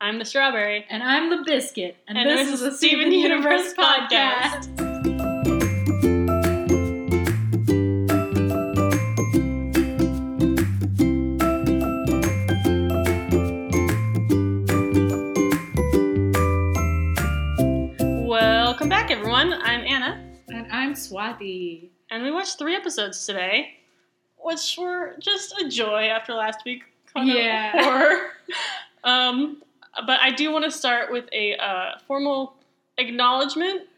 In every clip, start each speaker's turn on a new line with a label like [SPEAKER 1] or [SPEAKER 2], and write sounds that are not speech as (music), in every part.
[SPEAKER 1] I'm the strawberry.
[SPEAKER 2] And I'm the biscuit. And,
[SPEAKER 1] And
[SPEAKER 2] this,
[SPEAKER 1] this
[SPEAKER 2] is the
[SPEAKER 1] is Steven
[SPEAKER 2] Steven Universe
[SPEAKER 1] Universe podcast.
[SPEAKER 2] podcast.
[SPEAKER 1] Welcome back, everyone. I'm Anna,
[SPEAKER 2] And I'm Swati.
[SPEAKER 1] and we watched three episodes today, which were just a joy after last week. Kind of
[SPEAKER 2] Yeah.
[SPEAKER 1] horror. um, but I do want to start with a uh, formal acknowledgement.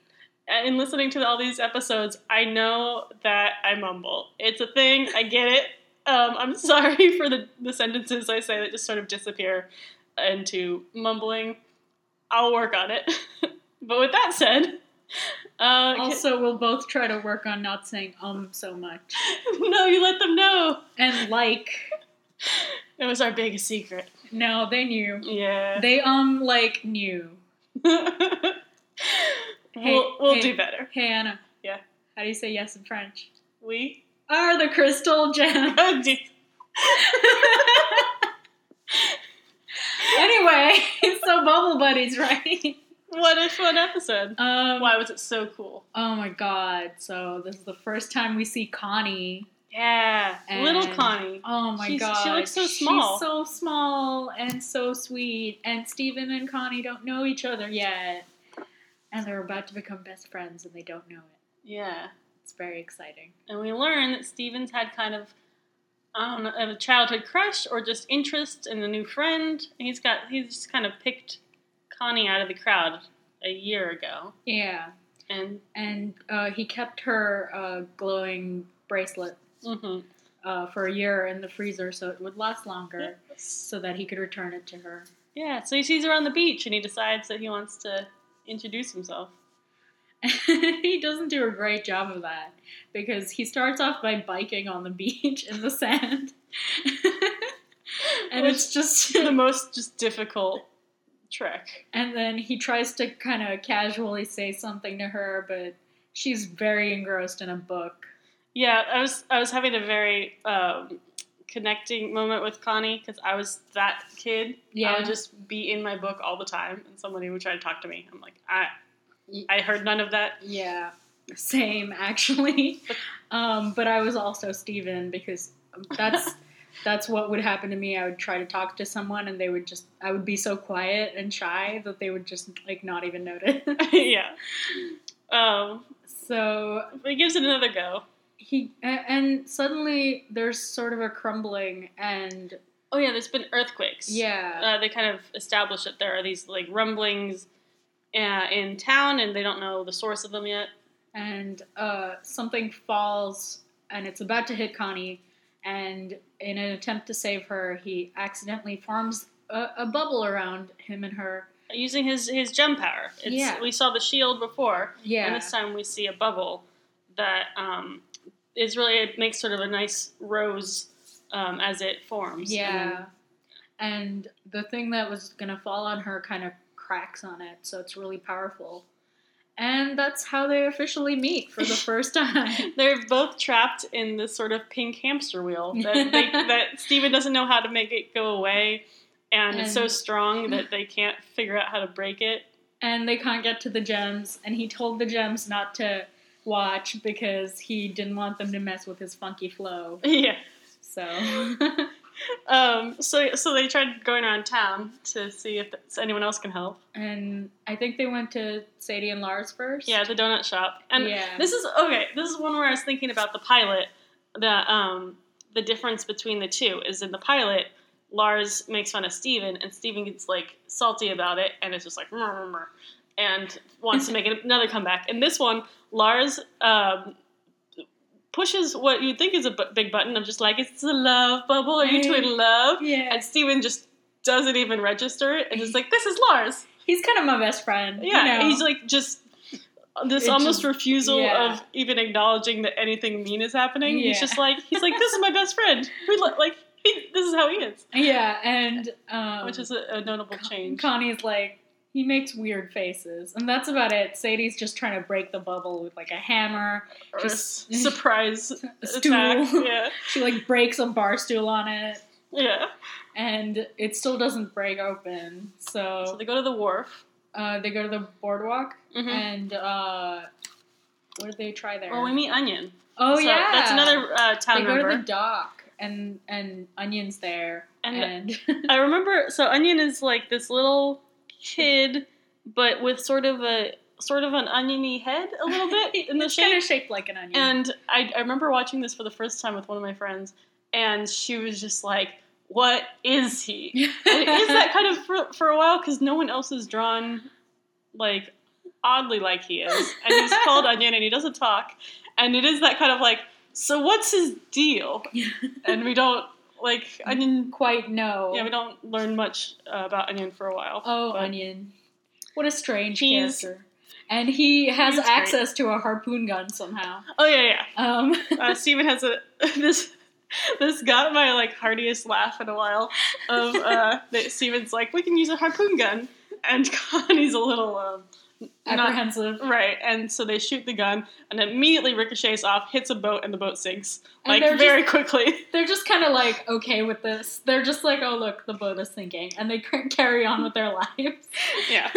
[SPEAKER 1] In listening to all these episodes, I know that I mumble. It's a thing. I get it. Um, I'm (laughs) sorry for the, the sentences I say that just sort of disappear into mumbling. I'll work on it. (laughs) but with that said, uh, can-
[SPEAKER 2] Also, we'll both try to work on not saying um so much.
[SPEAKER 1] (laughs) no, you let them know.
[SPEAKER 2] And like,
[SPEAKER 1] It was our biggest secret.
[SPEAKER 2] no, they knew.
[SPEAKER 1] Yeah. (laughs)
[SPEAKER 2] They um like knew.
[SPEAKER 1] we'll we'll
[SPEAKER 2] hey.
[SPEAKER 1] do better.
[SPEAKER 2] Hey Anna.
[SPEAKER 1] Yeah.
[SPEAKER 2] How do you say yes in French?
[SPEAKER 1] We Oh,
[SPEAKER 2] Are the crystal (laughs) gem.
[SPEAKER 1] gotta do
[SPEAKER 2] anyway, so bubble buddies, right?
[SPEAKER 1] (laughs) what a fun episode.
[SPEAKER 2] Um,
[SPEAKER 1] Why was it so cool?
[SPEAKER 2] Oh my god. So this is the first time we see Connie.
[SPEAKER 1] Yeah, little
[SPEAKER 2] And-
[SPEAKER 1] Connie.
[SPEAKER 2] Oh my
[SPEAKER 1] She's-
[SPEAKER 2] god.
[SPEAKER 1] she looks so small.
[SPEAKER 2] She's so small and so sweet. And Steven and Connie don't know each other yet. And they're about to become best friends and they don't know it.
[SPEAKER 1] Yeah,
[SPEAKER 2] It's very exciting.
[SPEAKER 1] and we learn that Stevens had kind of I don't know a childhood crush or just interest in a new friend. He's got he's just kind of picked Connie out of the crowd a year ago,
[SPEAKER 2] Yeah.
[SPEAKER 1] and
[SPEAKER 2] And uh, he kept her uh, glowing bracelet
[SPEAKER 1] mhm.
[SPEAKER 2] uh, for a year in the freezer so it would last longer
[SPEAKER 1] Yes.
[SPEAKER 2] so that he could return it to her.
[SPEAKER 1] yeah, so he sees her on the beach and he decides that he wants to introduce himself.
[SPEAKER 2] (laughs) he doesn't do a great job of that because he starts off by biking on the (laughs) beach in the sand. (laughs) and
[SPEAKER 1] (laughs)
[SPEAKER 2] it's just
[SPEAKER 1] the most just difficult trek.
[SPEAKER 2] and then he tries to kind of casually say something to her but she's very engrossed in a book.
[SPEAKER 1] Yeah, I was I was having a very um, connecting moment with Connie because I was that kid. I
[SPEAKER 2] Yeah.
[SPEAKER 1] would just be in my book all the time, and somebody would try to talk to me. I'm like, I I heard none of that. (laughs)
[SPEAKER 2] Yeah. Same actually. (laughs) Um but I was also Steven because that's that's what would happen to me. I would try to talk to someone and they would just I would be so quiet and shy that they would just like not even notice.
[SPEAKER 1] yeah. Um,
[SPEAKER 2] So
[SPEAKER 1] but he gives it another go.
[SPEAKER 2] he a- and suddenly there's sort of a crumbling and
[SPEAKER 1] Oh yeah, there's been earthquakes.
[SPEAKER 2] yeah,
[SPEAKER 1] Uh, they kind of establish that there are these like rumblings uh, in town, and they don't know the source of them yet.
[SPEAKER 2] and uh, something falls and it's about to hit Connie, and in an attempt to save her, he accidentally forms a, a bubble around him and her.
[SPEAKER 1] Using his his gem power. It's,
[SPEAKER 2] Yeah.
[SPEAKER 1] We saw the shield before.
[SPEAKER 2] Yeah,
[SPEAKER 1] And this time we see a bubble that um, is really, it makes sort of a nice rose um, as it forms.
[SPEAKER 2] yeah, and the thing that was gonna fall on her kind of cracks on it, so it's really powerful. And that's how they officially meet for the first time.
[SPEAKER 1] And they're both trapped in this sort of pink hamster
[SPEAKER 2] (laughs)
[SPEAKER 1] wheel that, they, that Steven doesn't know how to make it go away. And, it's so
[SPEAKER 2] And-
[SPEAKER 1] strong that they can't figure out how to break it. (laughs)
[SPEAKER 2] and they can't get to the gems and he told the gems not to watch because he didn't want them to mess with his funky flow
[SPEAKER 1] yeah.
[SPEAKER 2] so
[SPEAKER 1] Um, so, so they tried going around town to see if that's- anyone else can help.
[SPEAKER 2] and i think they went to sadie and lars first
[SPEAKER 1] Yeah, the donut shop. And
[SPEAKER 2] Yeah.
[SPEAKER 1] this is okay. This is one where I was thinking about the pilot. The um the difference between the two is in the pilot, Lars makes fun of Steven and Steven gets like salty about it and it's just like "Murr, murr, murr," and wants to make another comeback. In this one, Lars um pushes what you would think is a bu- big button of just like it's a love bubble. Are you two in love?
[SPEAKER 2] yeah
[SPEAKER 1] And Steven just doesn't even register it and is like this is Lars.
[SPEAKER 2] he's kind of my best friend you
[SPEAKER 1] Yeah,
[SPEAKER 2] know.
[SPEAKER 1] he's like just uh, this
[SPEAKER 2] It
[SPEAKER 1] almost
[SPEAKER 2] just-
[SPEAKER 1] refusal
[SPEAKER 2] yeah.
[SPEAKER 1] of even acknowledging that anything mean is happening. He's
[SPEAKER 2] Yeah.
[SPEAKER 1] just like he's like this is my best friend. We lo- like he, this is how he is,
[SPEAKER 2] yeah and um,
[SPEAKER 1] which is a, a notable
[SPEAKER 2] Con-
[SPEAKER 1] change.
[SPEAKER 2] connie's like he makes weird faces and that's about it sadie's just trying to break the bubble with like a hammer
[SPEAKER 1] Or a
[SPEAKER 2] just-
[SPEAKER 1] s- surprise
[SPEAKER 2] a
[SPEAKER 1] attack.
[SPEAKER 2] (laughs) stool (laughs)
[SPEAKER 1] Yeah,
[SPEAKER 2] she like breaks a bar stool on it
[SPEAKER 1] Yeah.
[SPEAKER 2] and it still doesn't break open.
[SPEAKER 1] So
[SPEAKER 2] So
[SPEAKER 1] they go to the wharf.
[SPEAKER 2] uh, they go to the boardwalk
[SPEAKER 1] Mm-hmm.
[SPEAKER 2] and uh, what did they try there?
[SPEAKER 1] Well, we meet Onion.
[SPEAKER 2] oh
[SPEAKER 1] So
[SPEAKER 2] yeah,
[SPEAKER 1] That's another uh,
[SPEAKER 2] They
[SPEAKER 1] town
[SPEAKER 2] go
[SPEAKER 1] member.
[SPEAKER 2] to the dock and and onions there
[SPEAKER 1] And-
[SPEAKER 2] and, (laughs)
[SPEAKER 1] I remember. So Onion is like this little kid, but with sort of a sort of an oniony head a little bit in the
[SPEAKER 2] it's kind
[SPEAKER 1] shape.
[SPEAKER 2] of shaped like an onion. (laughs)
[SPEAKER 1] And I, I remember watching this for the first time with one of my friends, and she was just like, "What is he?"
[SPEAKER 2] (laughs)
[SPEAKER 1] And it is that kind of for, for a while because no one else is drawn like oddly like he is, and he's called Onion, and he doesn't talk, and it is that kind of like, "So what's his deal?" And we don't like Onion.
[SPEAKER 2] quite no.
[SPEAKER 1] Yeah, we don't learn much uh, about Onion for a while.
[SPEAKER 2] Oh,
[SPEAKER 1] but-
[SPEAKER 2] Onion. What a strange
[SPEAKER 1] He's-
[SPEAKER 2] character. And he has
[SPEAKER 1] He's great.
[SPEAKER 2] access to a harpoon gun somehow.
[SPEAKER 1] Oh yeah,
[SPEAKER 2] Um,
[SPEAKER 1] yeah. Uh, Steven has a (laughs) this. This got my like heartiest laugh in a while. Of uh, that Steven's like, we can use a harpoon gun, and (laughs) Connie's a little um, (laughs) not
[SPEAKER 2] apprehensive.
[SPEAKER 1] right. And so they shoot the gun, and immediately ricochets off, hits a boat, and the boat sinks
[SPEAKER 2] And
[SPEAKER 1] like
[SPEAKER 2] they're
[SPEAKER 1] very quickly. (laughs)
[SPEAKER 2] They're just kind of like okay with this. They're just like, oh look, the boat is sinking, and they (laughs) c- carry on with their lives.
[SPEAKER 1] Yeah,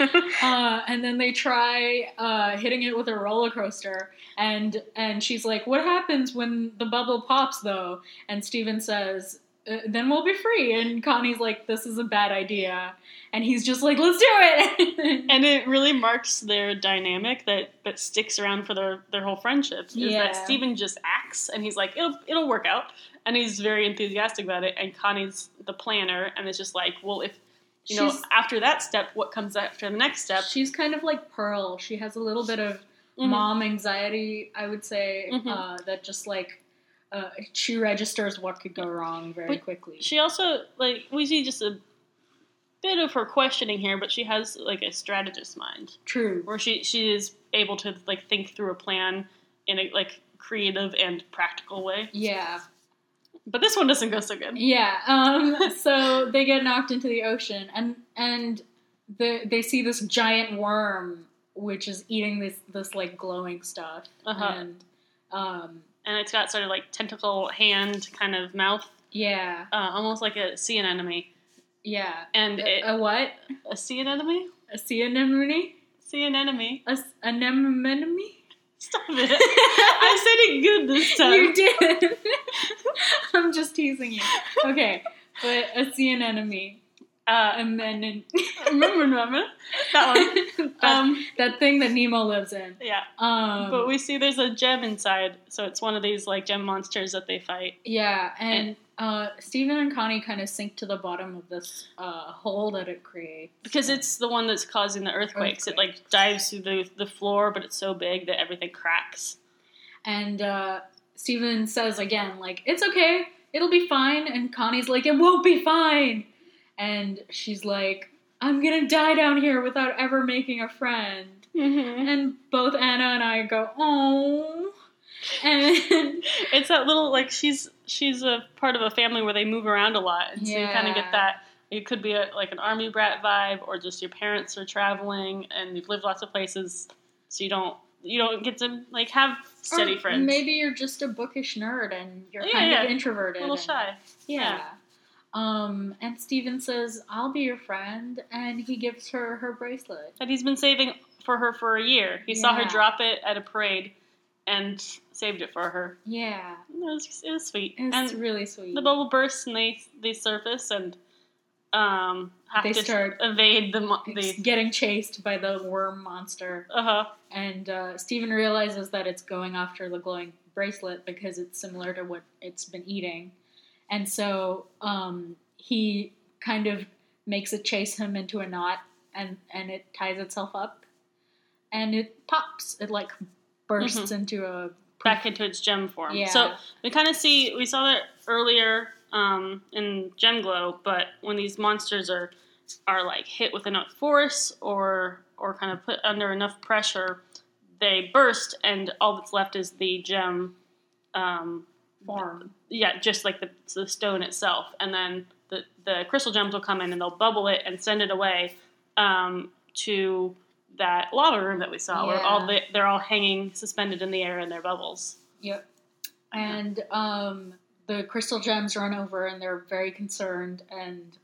[SPEAKER 2] Uh, and then they try uh, hitting it with a roller coaster, and and she's like, "What happens when the bubble pops, though?" And Steven says, uh, "Then we'll be free." And Connie's like, "This is a bad idea," and he's just like, "Let's do it." (laughs)
[SPEAKER 1] and it really marks their dynamic that that sticks around for their their whole friendship. Is
[SPEAKER 2] Yeah.
[SPEAKER 1] that Steven just acts, and he's like, it'll it'll work out, and he's very enthusiastic about it. And Connie's the planner, and it's just like, well, if you know,
[SPEAKER 2] She's-
[SPEAKER 1] after that step, what comes after the next step?
[SPEAKER 2] She's kind of like Pearl. She has a little bit of
[SPEAKER 1] Mhm.
[SPEAKER 2] mom anxiety, I would say,
[SPEAKER 1] Mhm.
[SPEAKER 2] uh, that just like uh, she registers what could go wrong very
[SPEAKER 1] But
[SPEAKER 2] quickly.
[SPEAKER 1] She also like we see just a bit of her questioning here, but she has like a strategist mind
[SPEAKER 2] True.
[SPEAKER 1] where she she is able to like think through a plan in a like creative and practical way.
[SPEAKER 2] Yeah.
[SPEAKER 1] But this one doesn't go so good.
[SPEAKER 2] Yeah. Um, (laughs) so they get knocked into the ocean, and and the, they see this giant worm which is eating this this like glowing stuff,
[SPEAKER 1] Uh-huh.
[SPEAKER 2] and um,
[SPEAKER 1] and it's got sort of like tentacle hand kind of mouth,
[SPEAKER 2] yeah,
[SPEAKER 1] uh, almost like a sea anemone.
[SPEAKER 2] yeah.
[SPEAKER 1] And it,
[SPEAKER 2] a, a what?
[SPEAKER 1] a sea anemone,
[SPEAKER 2] A sea anemone?
[SPEAKER 1] sea anemone.
[SPEAKER 2] A s- anemone?
[SPEAKER 1] Stop it! (laughs) I said it good this time.
[SPEAKER 2] You did. (laughs) I'm just teasing you. Okay, but a sea anemone.
[SPEAKER 1] uh,
[SPEAKER 2] Amen.
[SPEAKER 1] remember, remember that one.
[SPEAKER 2] that,
[SPEAKER 1] Um,
[SPEAKER 2] that thing that Nemo lives in.
[SPEAKER 1] yeah,
[SPEAKER 2] Um,
[SPEAKER 1] but we see there's a gem inside, so it's one of these like gem monsters that they fight.
[SPEAKER 2] yeah, and uh, Stephen and Connie kind of sink to the bottom of this uh, hole that it creates
[SPEAKER 1] Because it's the one that's causing the earthquakes. It like dives through the, the floor, but it's so big that everything cracks.
[SPEAKER 2] And uh, Steven says again, like, it's okay, it'll be fine. And Connie's like, it won't be fine. And she's like, I'm gonna die down here without ever making a friend.
[SPEAKER 1] Mm-hmm.
[SPEAKER 2] And both Anna and I go,
[SPEAKER 1] (laughs)
[SPEAKER 2] oh. And
[SPEAKER 1] It's that little like she's she's a part of a family where they move around a lot, and so you kind
[SPEAKER 2] Yeah.
[SPEAKER 1] of get that. It could be a, like an army brat vibe, or just your parents are traveling and you've lived lots of places, so you don't you don't get to like have steady
[SPEAKER 2] or
[SPEAKER 1] friends.
[SPEAKER 2] Maybe you're just a bookish nerd and you're
[SPEAKER 1] Yeah,
[SPEAKER 2] kind
[SPEAKER 1] yeah.
[SPEAKER 2] of
[SPEAKER 1] a
[SPEAKER 2] introverted.
[SPEAKER 1] little
[SPEAKER 2] and-
[SPEAKER 1] shy.
[SPEAKER 2] Yeah. Um, and Steven says, I'll be your friend. And he gives her her bracelet.
[SPEAKER 1] that he's been saving for her for a year. He saw her
[SPEAKER 2] Yeah.
[SPEAKER 1] drop it at a parade and saved it for her.
[SPEAKER 2] Yeah.
[SPEAKER 1] It was, it was sweet. and
[SPEAKER 2] It's really sweet.
[SPEAKER 1] the bubble bursts and they they surface and um have
[SPEAKER 2] They
[SPEAKER 1] to
[SPEAKER 2] start-
[SPEAKER 1] evade the mo-
[SPEAKER 2] It's
[SPEAKER 1] the
[SPEAKER 2] getting chased by the worm monster.
[SPEAKER 1] uh huh
[SPEAKER 2] And uh, Steven realizes that it's going after the glowing bracelet because it's similar to what it's been eating. And so um, he kind of makes it chase him into a knot and, and it ties itself up and it pops. It like bursts into a.
[SPEAKER 1] back into its gem form.
[SPEAKER 2] Yeah.
[SPEAKER 1] Mm-hmm. So we kind of see we saw that earlier um, in Gem Glow, but when these monsters are are like hit with enough force or or kind of put under enough pressure, they burst, and all that's left is the gem. Um,
[SPEAKER 2] form.
[SPEAKER 1] yeah, just like the, the stone itself, and then the the crystal gems will come in and they'll bubble it and send it away um, to that lava room that we saw, where all the,
[SPEAKER 2] Yeah.
[SPEAKER 1] they're all hanging suspended in the air in their bubbles.
[SPEAKER 2] Yep. And um, the crystal gems run over and they're very concerned and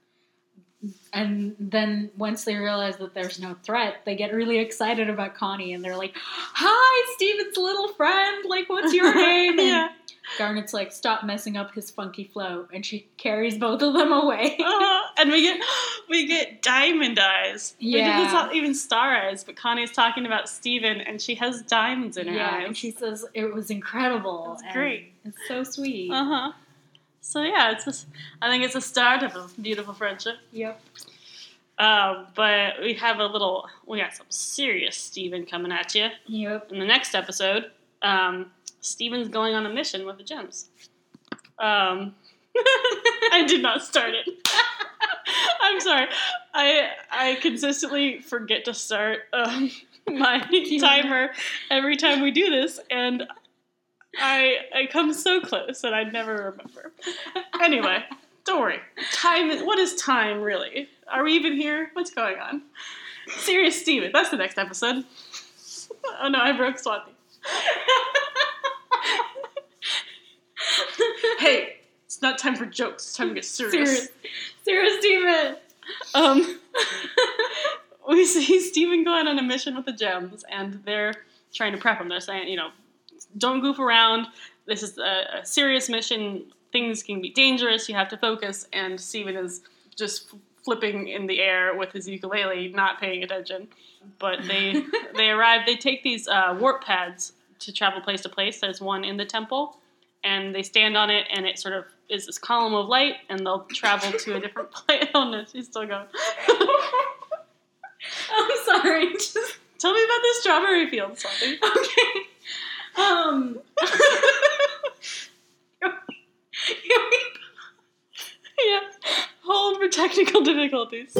[SPEAKER 2] and then once they realize that there's no threat, they get really excited about Connie and they're like, "Hi, Steven's little friend. Like,
[SPEAKER 1] (laughs)
[SPEAKER 2] what's your (laughs) name?" And
[SPEAKER 1] yeah.
[SPEAKER 2] Garnet's like, "Stop messing up his funky flow," and she carries both of
[SPEAKER 1] (laughs)
[SPEAKER 2] them away. (laughs)
[SPEAKER 1] Uh, and we get we get diamond eyes. Maybe
[SPEAKER 2] Yeah.
[SPEAKER 1] It's not even star eyes, but Connie's talking about Steven and she has diamonds in her
[SPEAKER 2] yeah, and
[SPEAKER 1] eyes.
[SPEAKER 2] she says it was incredible.
[SPEAKER 1] That's
[SPEAKER 2] and
[SPEAKER 1] great.
[SPEAKER 2] It's so sweet.
[SPEAKER 1] Uh huh. So yeah, it's just, I think it's a start of a beautiful friendship.
[SPEAKER 2] Yep.
[SPEAKER 1] Um, but we have a little, we got some serious Steven coming at you
[SPEAKER 2] Yep.
[SPEAKER 1] in the next episode. Um, Steven's going on a mission with the gems. Um, (laughs) I did not start it. (laughs) I'm sorry. I I consistently forget to start um, (laughs) my
[SPEAKER 2] you
[SPEAKER 1] timer every time we do this, and I I come so close that I never remember. Anyway, don't worry. Time. is- What is time really? Are we even here? What's going on? Serious Steven. That's the next episode. (laughs) Oh no, I broke Swati. (laughs) hey, it's not time for jokes. It's time to get serious.
[SPEAKER 2] Serious. Serious Steven.
[SPEAKER 1] Um, (laughs) we see Steven go out on a mission with the gems, and they're trying to prep him. They're saying, you know, don't goof around. This is a, a serious mission. Things can be dangerous. You have to focus. And Steven is just f- flipping in the air with his ukulele, not paying attention. But they they arrive. They take these uh, warp pads to travel place to place. There's one in the temple, and they stand on it, and it sort of is this column of light, and they'll travel to a different (laughs) place. Oh no, she's still going.
[SPEAKER 2] (laughs) I'm sorry. Just
[SPEAKER 1] Tell me about the strawberry field, something.
[SPEAKER 2] okay. Um.
[SPEAKER 1] (laughs)
[SPEAKER 2] (laughs)
[SPEAKER 1] yeah. Hold for technical difficulties.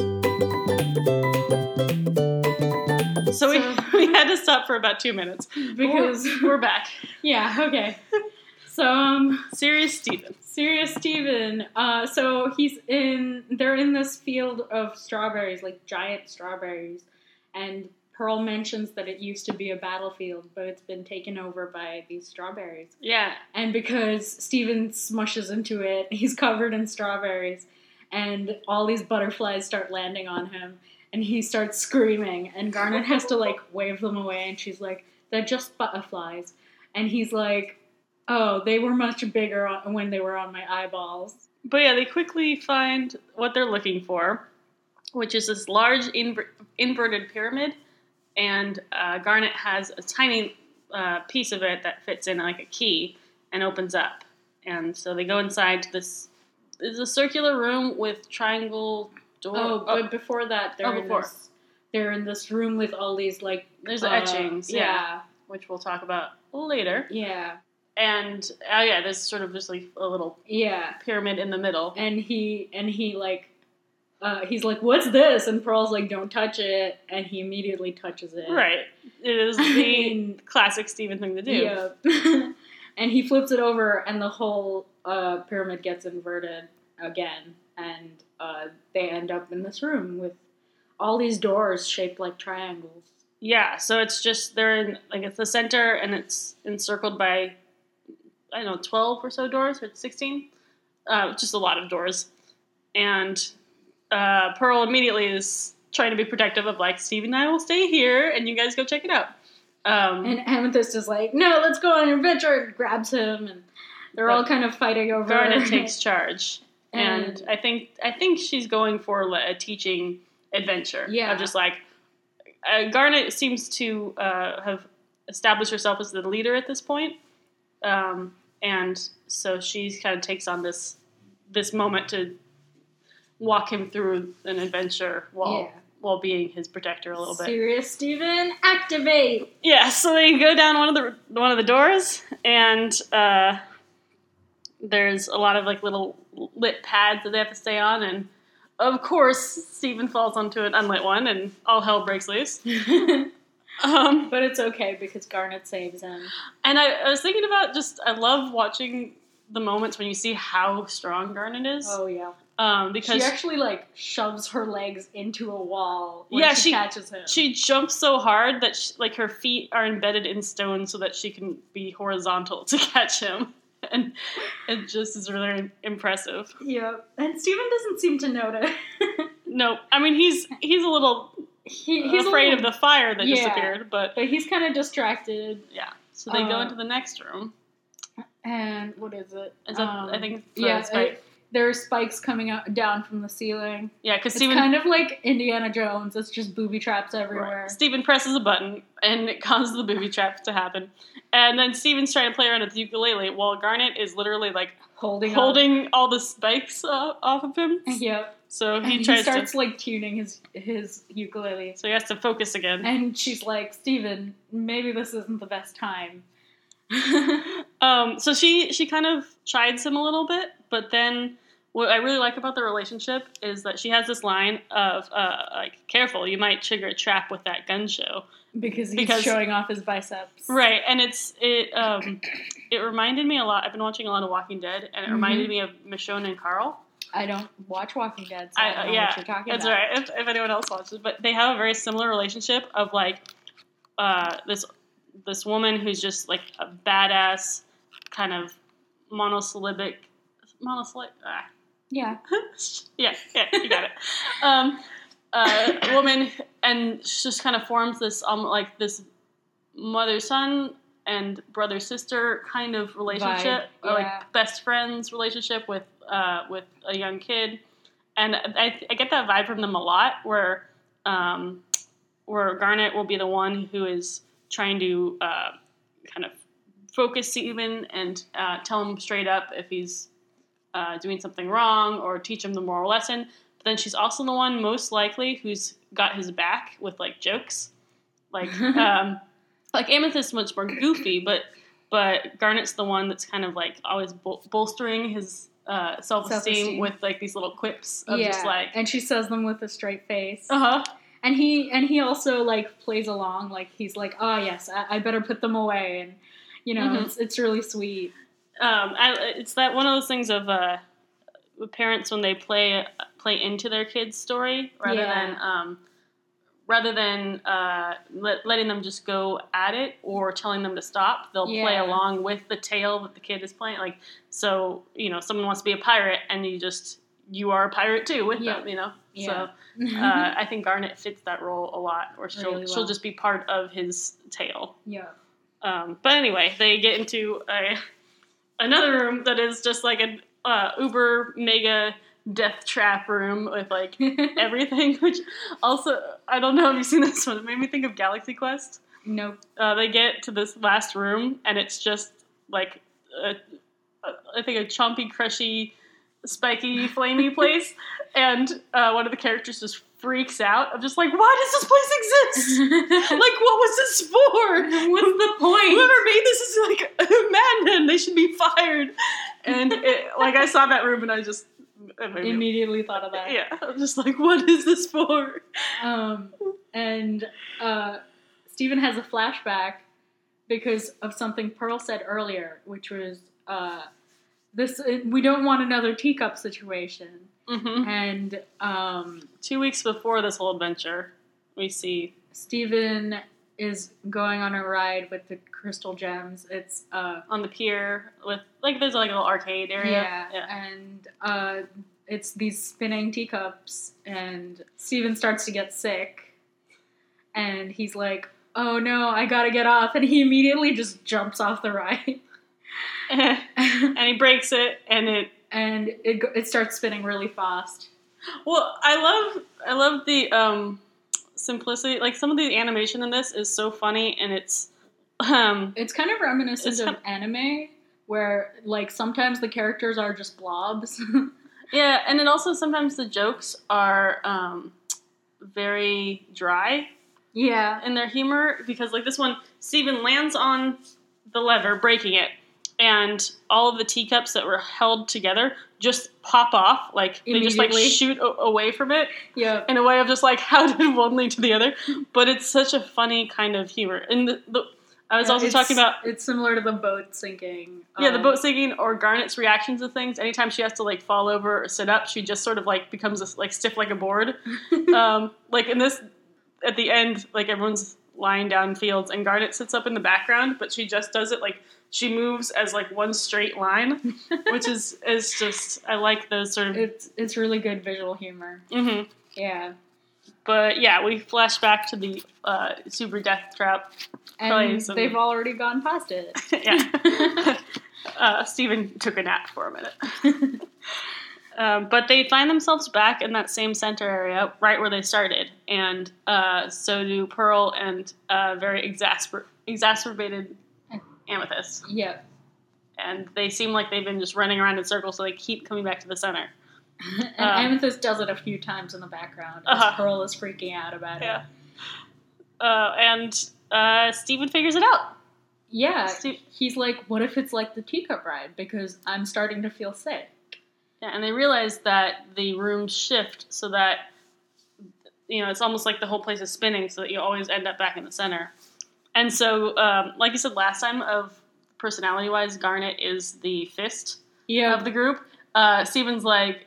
[SPEAKER 1] So we, (laughs) we had to stop for about two minutes.
[SPEAKER 2] because
[SPEAKER 1] We're back.
[SPEAKER 2] yeah. Okay. So um.
[SPEAKER 1] Serious Steven.
[SPEAKER 2] Serious Steven. Uh, so he's in. They're in this field of strawberries, like giant strawberries, and Pearl mentions that it used to be a battlefield, but it's been taken over by these strawberries.
[SPEAKER 1] Yeah.
[SPEAKER 2] And because Steven smushes into it, (laughs) he's covered in strawberries, and all these butterflies start landing on him, and he starts screaming, and Garnet has to like wave them away, and she's like, "They're just butterflies," and he's like, "Oh, they were much bigger on- when they were on my eyeballs."
[SPEAKER 1] But yeah, they quickly find what they're looking for, which is this large inver- inverted pyramid, and uh, Garnet has a tiny uh, piece of it that fits in like a key and opens up. And so they go inside to this. It's a circular room with triangle door.
[SPEAKER 2] Oh, but before that, they're
[SPEAKER 1] Oh, before.
[SPEAKER 2] in this, they're in this room with all these like
[SPEAKER 1] There's
[SPEAKER 2] uh,
[SPEAKER 1] etchings, yeah, which we'll talk about later.
[SPEAKER 2] yeah,
[SPEAKER 1] And oh yeah, there's sort of just like a little
[SPEAKER 2] yeah. yeah.
[SPEAKER 1] pyramid in the middle.
[SPEAKER 2] and he and he like uh, he's like what's this and pearl's like don't touch it and he immediately touches it
[SPEAKER 1] Right, it is the
[SPEAKER 2] (laughs) I (laughs) mean,
[SPEAKER 1] classic Steven thing to do.
[SPEAKER 2] yeah (laughs) and he flips it over and the whole uh, pyramid gets inverted again and uh, they end up in this room with all these doors shaped like triangles
[SPEAKER 1] Yeah, so it's just they're in like it's the center and it's encircled by I don't know twelve or so doors or sixteen, uh, just a lot of doors, and uh, Pearl immediately is trying to be protective of like Steve and I will stay here and you guys go check it out. Um,
[SPEAKER 2] and amethyst is like no let's go on an adventure and grabs him and they're all
[SPEAKER 1] But
[SPEAKER 2] kind of fighting over
[SPEAKER 1] Garnet
[SPEAKER 2] it. (laughs)
[SPEAKER 1] takes charge, and, I think I think she's going for like, a teaching adventure.
[SPEAKER 2] Yeah.
[SPEAKER 1] of just like uh, Garnet seems to uh, have established herself as the leader at this point, um, and so she kind of takes on this this moment to walk him through an adventure while
[SPEAKER 2] Yeah.
[SPEAKER 1] while being his protector a little bit.
[SPEAKER 2] serious steven activate (laughs)
[SPEAKER 1] Yeah, so they go down one of the one of the doors, and uh, there's a lot of like little lit pads that they have to stay on, and of course Stephen falls onto an unlit one, and all hell breaks
[SPEAKER 2] (laughs)
[SPEAKER 1] loose.
[SPEAKER 2] but
[SPEAKER 1] Um,
[SPEAKER 2] it's okay because Garnet saves him.
[SPEAKER 1] and I, I was thinking about just I love watching the moments when you see how strong Garnet is,
[SPEAKER 2] Oh yeah,
[SPEAKER 1] um,
[SPEAKER 2] she
[SPEAKER 1] because
[SPEAKER 2] actually like shoves her legs into a wall. When
[SPEAKER 1] Yeah,
[SPEAKER 2] she,
[SPEAKER 1] she-
[SPEAKER 2] catches him.
[SPEAKER 1] she jumps so hard (laughs) that she, like her feet are embedded in stone so that she can be horizontal to catch him. and it just is really impressive.
[SPEAKER 3] Yep. And Steven doesn't seem to
[SPEAKER 2] (laughs)
[SPEAKER 3] notice.
[SPEAKER 1] No, I mean he's he's a little
[SPEAKER 3] he,
[SPEAKER 1] he's afraid
[SPEAKER 3] little-
[SPEAKER 1] of the fire that
[SPEAKER 3] Yeah.
[SPEAKER 1] disappeared, but
[SPEAKER 3] But he's kind of distracted.
[SPEAKER 1] yeah. So they go
[SPEAKER 3] Uh,
[SPEAKER 1] into the next room.
[SPEAKER 2] And what is it?
[SPEAKER 1] Is that,
[SPEAKER 2] Um,
[SPEAKER 1] I think for
[SPEAKER 2] yeah,
[SPEAKER 1] Spike-
[SPEAKER 2] it- there are spikes coming out down from the ceiling.
[SPEAKER 1] yeah, because
[SPEAKER 2] It's
[SPEAKER 1] Stephen
[SPEAKER 2] kind of like Indiana Jones. It's just booby traps everywhere.
[SPEAKER 1] Right. Steven presses a button and it causes the booby trap to happen. And then Steven's trying to play around with the ukulele while Garnet is literally like
[SPEAKER 2] Holding,
[SPEAKER 1] holding all the spikes uh, off of him.
[SPEAKER 2] Up. (laughs) Yep.
[SPEAKER 1] So
[SPEAKER 2] And
[SPEAKER 1] he
[SPEAKER 2] he
[SPEAKER 1] tries
[SPEAKER 2] starts
[SPEAKER 1] to.
[SPEAKER 2] like tuning his his ukulele,
[SPEAKER 1] So he has to focus again.
[SPEAKER 2] and she's like, "Steven, maybe this isn't the best time."
[SPEAKER 1] (laughs) Um, so she she kind of chides him a little bit, but then what I really like about the relationship is that she has this line of uh, like, "Careful, you might trigger a trap with that gun show."
[SPEAKER 2] Because he's
[SPEAKER 1] Because-
[SPEAKER 2] showing off his biceps.
[SPEAKER 1] Right, and it's it um, it reminded me a lot. I've been watching a lot of Walking Dead, and it
[SPEAKER 2] Mhm.
[SPEAKER 1] reminded me of Michonne and Carl.
[SPEAKER 2] I don't watch Walking Dead, so
[SPEAKER 1] I-
[SPEAKER 2] I, don't know
[SPEAKER 1] yeah,
[SPEAKER 2] what you're talking
[SPEAKER 1] That's
[SPEAKER 2] about.
[SPEAKER 1] right. If, if anyone else watches, but they have a very similar relationship of like uh, this this woman who's just like a badass kind of monosyllabic monosyllabic. Ah.
[SPEAKER 2] Yeah.
[SPEAKER 1] (laughs) yeah, yeah, you got it. Um, uh, woman, and she just kind of forms this um like this mother son and brother sister kind of relationship, or
[SPEAKER 2] yeah.
[SPEAKER 1] like best friends relationship with uh, with a young kid, and I, I get that vibe from them a lot where um, where Garnet will be the one who is trying to uh, kind of focus Steven and uh, tell him straight up if he's uh, doing something wrong or teach him the moral lesson. But then she's also the one most likely who's got his back with like jokes, like um, like Amethyst much more goofy, but but Garnet's the one that's kind of like always bol- bolstering his uh, self esteem
[SPEAKER 2] Self-esteem.
[SPEAKER 1] with like these little quips of just like
[SPEAKER 2] and she says them with a straight face.
[SPEAKER 1] uh huh
[SPEAKER 2] And he and he also like plays along, like he's like, "Oh yes, I, I better put them away," and you know,
[SPEAKER 1] Mhm.
[SPEAKER 2] it's it's really sweet.
[SPEAKER 1] um, I, it's that one of those things of uh, parents when they play play into their kids' story rather
[SPEAKER 2] Yeah.
[SPEAKER 1] than um, rather than uh, let, letting them just go at it or telling them to stop. They'll play
[SPEAKER 2] Yeah.
[SPEAKER 1] along with the tale that the kid is playing. Like so, you know, someone wants to be a pirate, and you just you are a pirate too with
[SPEAKER 2] Yeah.
[SPEAKER 1] them. You know,
[SPEAKER 2] Yeah.
[SPEAKER 1] so uh, I think Garnet fits that role a lot, or she'll
[SPEAKER 2] Really
[SPEAKER 1] she'll
[SPEAKER 2] well.
[SPEAKER 1] just be part of his tale.
[SPEAKER 2] (laughs) yeah, (laughs)
[SPEAKER 1] Um, but anyway, they get into a, another room that is just like an uh, uber mega death trap room with
[SPEAKER 2] (laughs)
[SPEAKER 1] like everything. Which also, I don't know if you've seen this one. It made me think of Galaxy Quest. (laughs)
[SPEAKER 2] nope.
[SPEAKER 1] Uh, they get to this last room and it's just like a, a, I think a chompy, crushy, spiky, flamey place. And uh, one of the characters just freaks out. I'm just like, why does this place exist?
[SPEAKER 2] (laughs)
[SPEAKER 1] (laughs) like
[SPEAKER 2] What's
[SPEAKER 1] what was this for?
[SPEAKER 2] the point?
[SPEAKER 1] Whoever made this is like (laughs) a madman. They should be fired. And it, like I saw that room and I just it made me-
[SPEAKER 2] Immediately thought of that.
[SPEAKER 1] yeah, I'm just like, what is this for?
[SPEAKER 2] Um, and uh, Stephen has a flashback because of something Pearl said earlier, which was uh, this: we don't want another teacup situation.
[SPEAKER 1] hmm
[SPEAKER 2] And um,
[SPEAKER 1] Two weeks before this whole adventure, we see
[SPEAKER 2] Steven is going on a ride with the crystal gems. It's uh
[SPEAKER 1] on the pier with like there's like a little arcade area.
[SPEAKER 2] yeah, and uh it's these spinning teacups and Steven starts to get sick and he's like, "Oh no, I got to get off." And he immediately just jumps off the ride. (laughs)
[SPEAKER 1] Yeah. (laughs) and he breaks it, and it
[SPEAKER 2] and it go- it starts spinning really fast.
[SPEAKER 1] Well, I love I love the um, simplicity. Like some of the animation in this is so funny, and it's um,
[SPEAKER 2] It's kind of reminiscent
[SPEAKER 1] It's
[SPEAKER 2] of
[SPEAKER 1] kind-
[SPEAKER 2] anime where like sometimes the characters are just blobs. (laughs)
[SPEAKER 1] yeah, and then also sometimes the jokes are um, very dry
[SPEAKER 2] yeah.
[SPEAKER 1] in their humor because like this one, Steven lands on the lever, breaking it, and all of the teacups that were held together just pop off. Like they just like
[SPEAKER 2] Immediately.
[SPEAKER 1] shoot a- away from it.
[SPEAKER 2] Yeah.
[SPEAKER 1] in a way of just like (laughs) how did one lead to the other but it's such a funny kind of humor and the, the i was
[SPEAKER 2] Yeah,
[SPEAKER 1] also
[SPEAKER 2] it's-
[SPEAKER 1] talking about
[SPEAKER 2] it's similar to the boat sinking.
[SPEAKER 1] yeah the
[SPEAKER 2] um,
[SPEAKER 1] boat sinking or garnet's reactions to things anytime she has to like fall over or sit up she just sort of like becomes like stiff like a board um, like in this at the end like everyone's lying down fields and garnet sits up in the background but she just does it like she moves as like one straight line, which is is just I like those sort of.
[SPEAKER 2] It's it's really good visual humor.
[SPEAKER 1] hmm
[SPEAKER 2] Yeah,
[SPEAKER 1] But yeah, we flash back to the uh, super death trap. Probably
[SPEAKER 2] and
[SPEAKER 1] some-
[SPEAKER 2] they've already gone past it.
[SPEAKER 1] (laughs) yeah. uh, Stephen took a nap for a minute. (laughs) um, but they find themselves back in that same center area, right where they started. And uh, so do Pearl and uh, very exasper- exacerbated Amethyst.
[SPEAKER 2] Yep.
[SPEAKER 1] And they seem like they've been just running around in circles, so they keep coming back to the center.
[SPEAKER 2] And
[SPEAKER 1] Um,
[SPEAKER 2] Amethyst does it a few times in the background. as
[SPEAKER 1] Uh-huh.
[SPEAKER 2] Pearl is freaking out about
[SPEAKER 1] Yeah.
[SPEAKER 2] it.
[SPEAKER 1] Uh, and uh, Steven figures it out.
[SPEAKER 2] Yeah.
[SPEAKER 1] Ste-
[SPEAKER 2] He's like, what if it's like the teacup ride? Because I'm starting to feel sick.
[SPEAKER 1] Yeah, and they realize that the rooms shift so that you know it's almost like the whole place is spinning, so that you always end up back in the center. And so, um, like you said last time, of personality-wise, Garnet is the fist
[SPEAKER 2] Yeah.
[SPEAKER 1] of the group. Uh, Steven's like,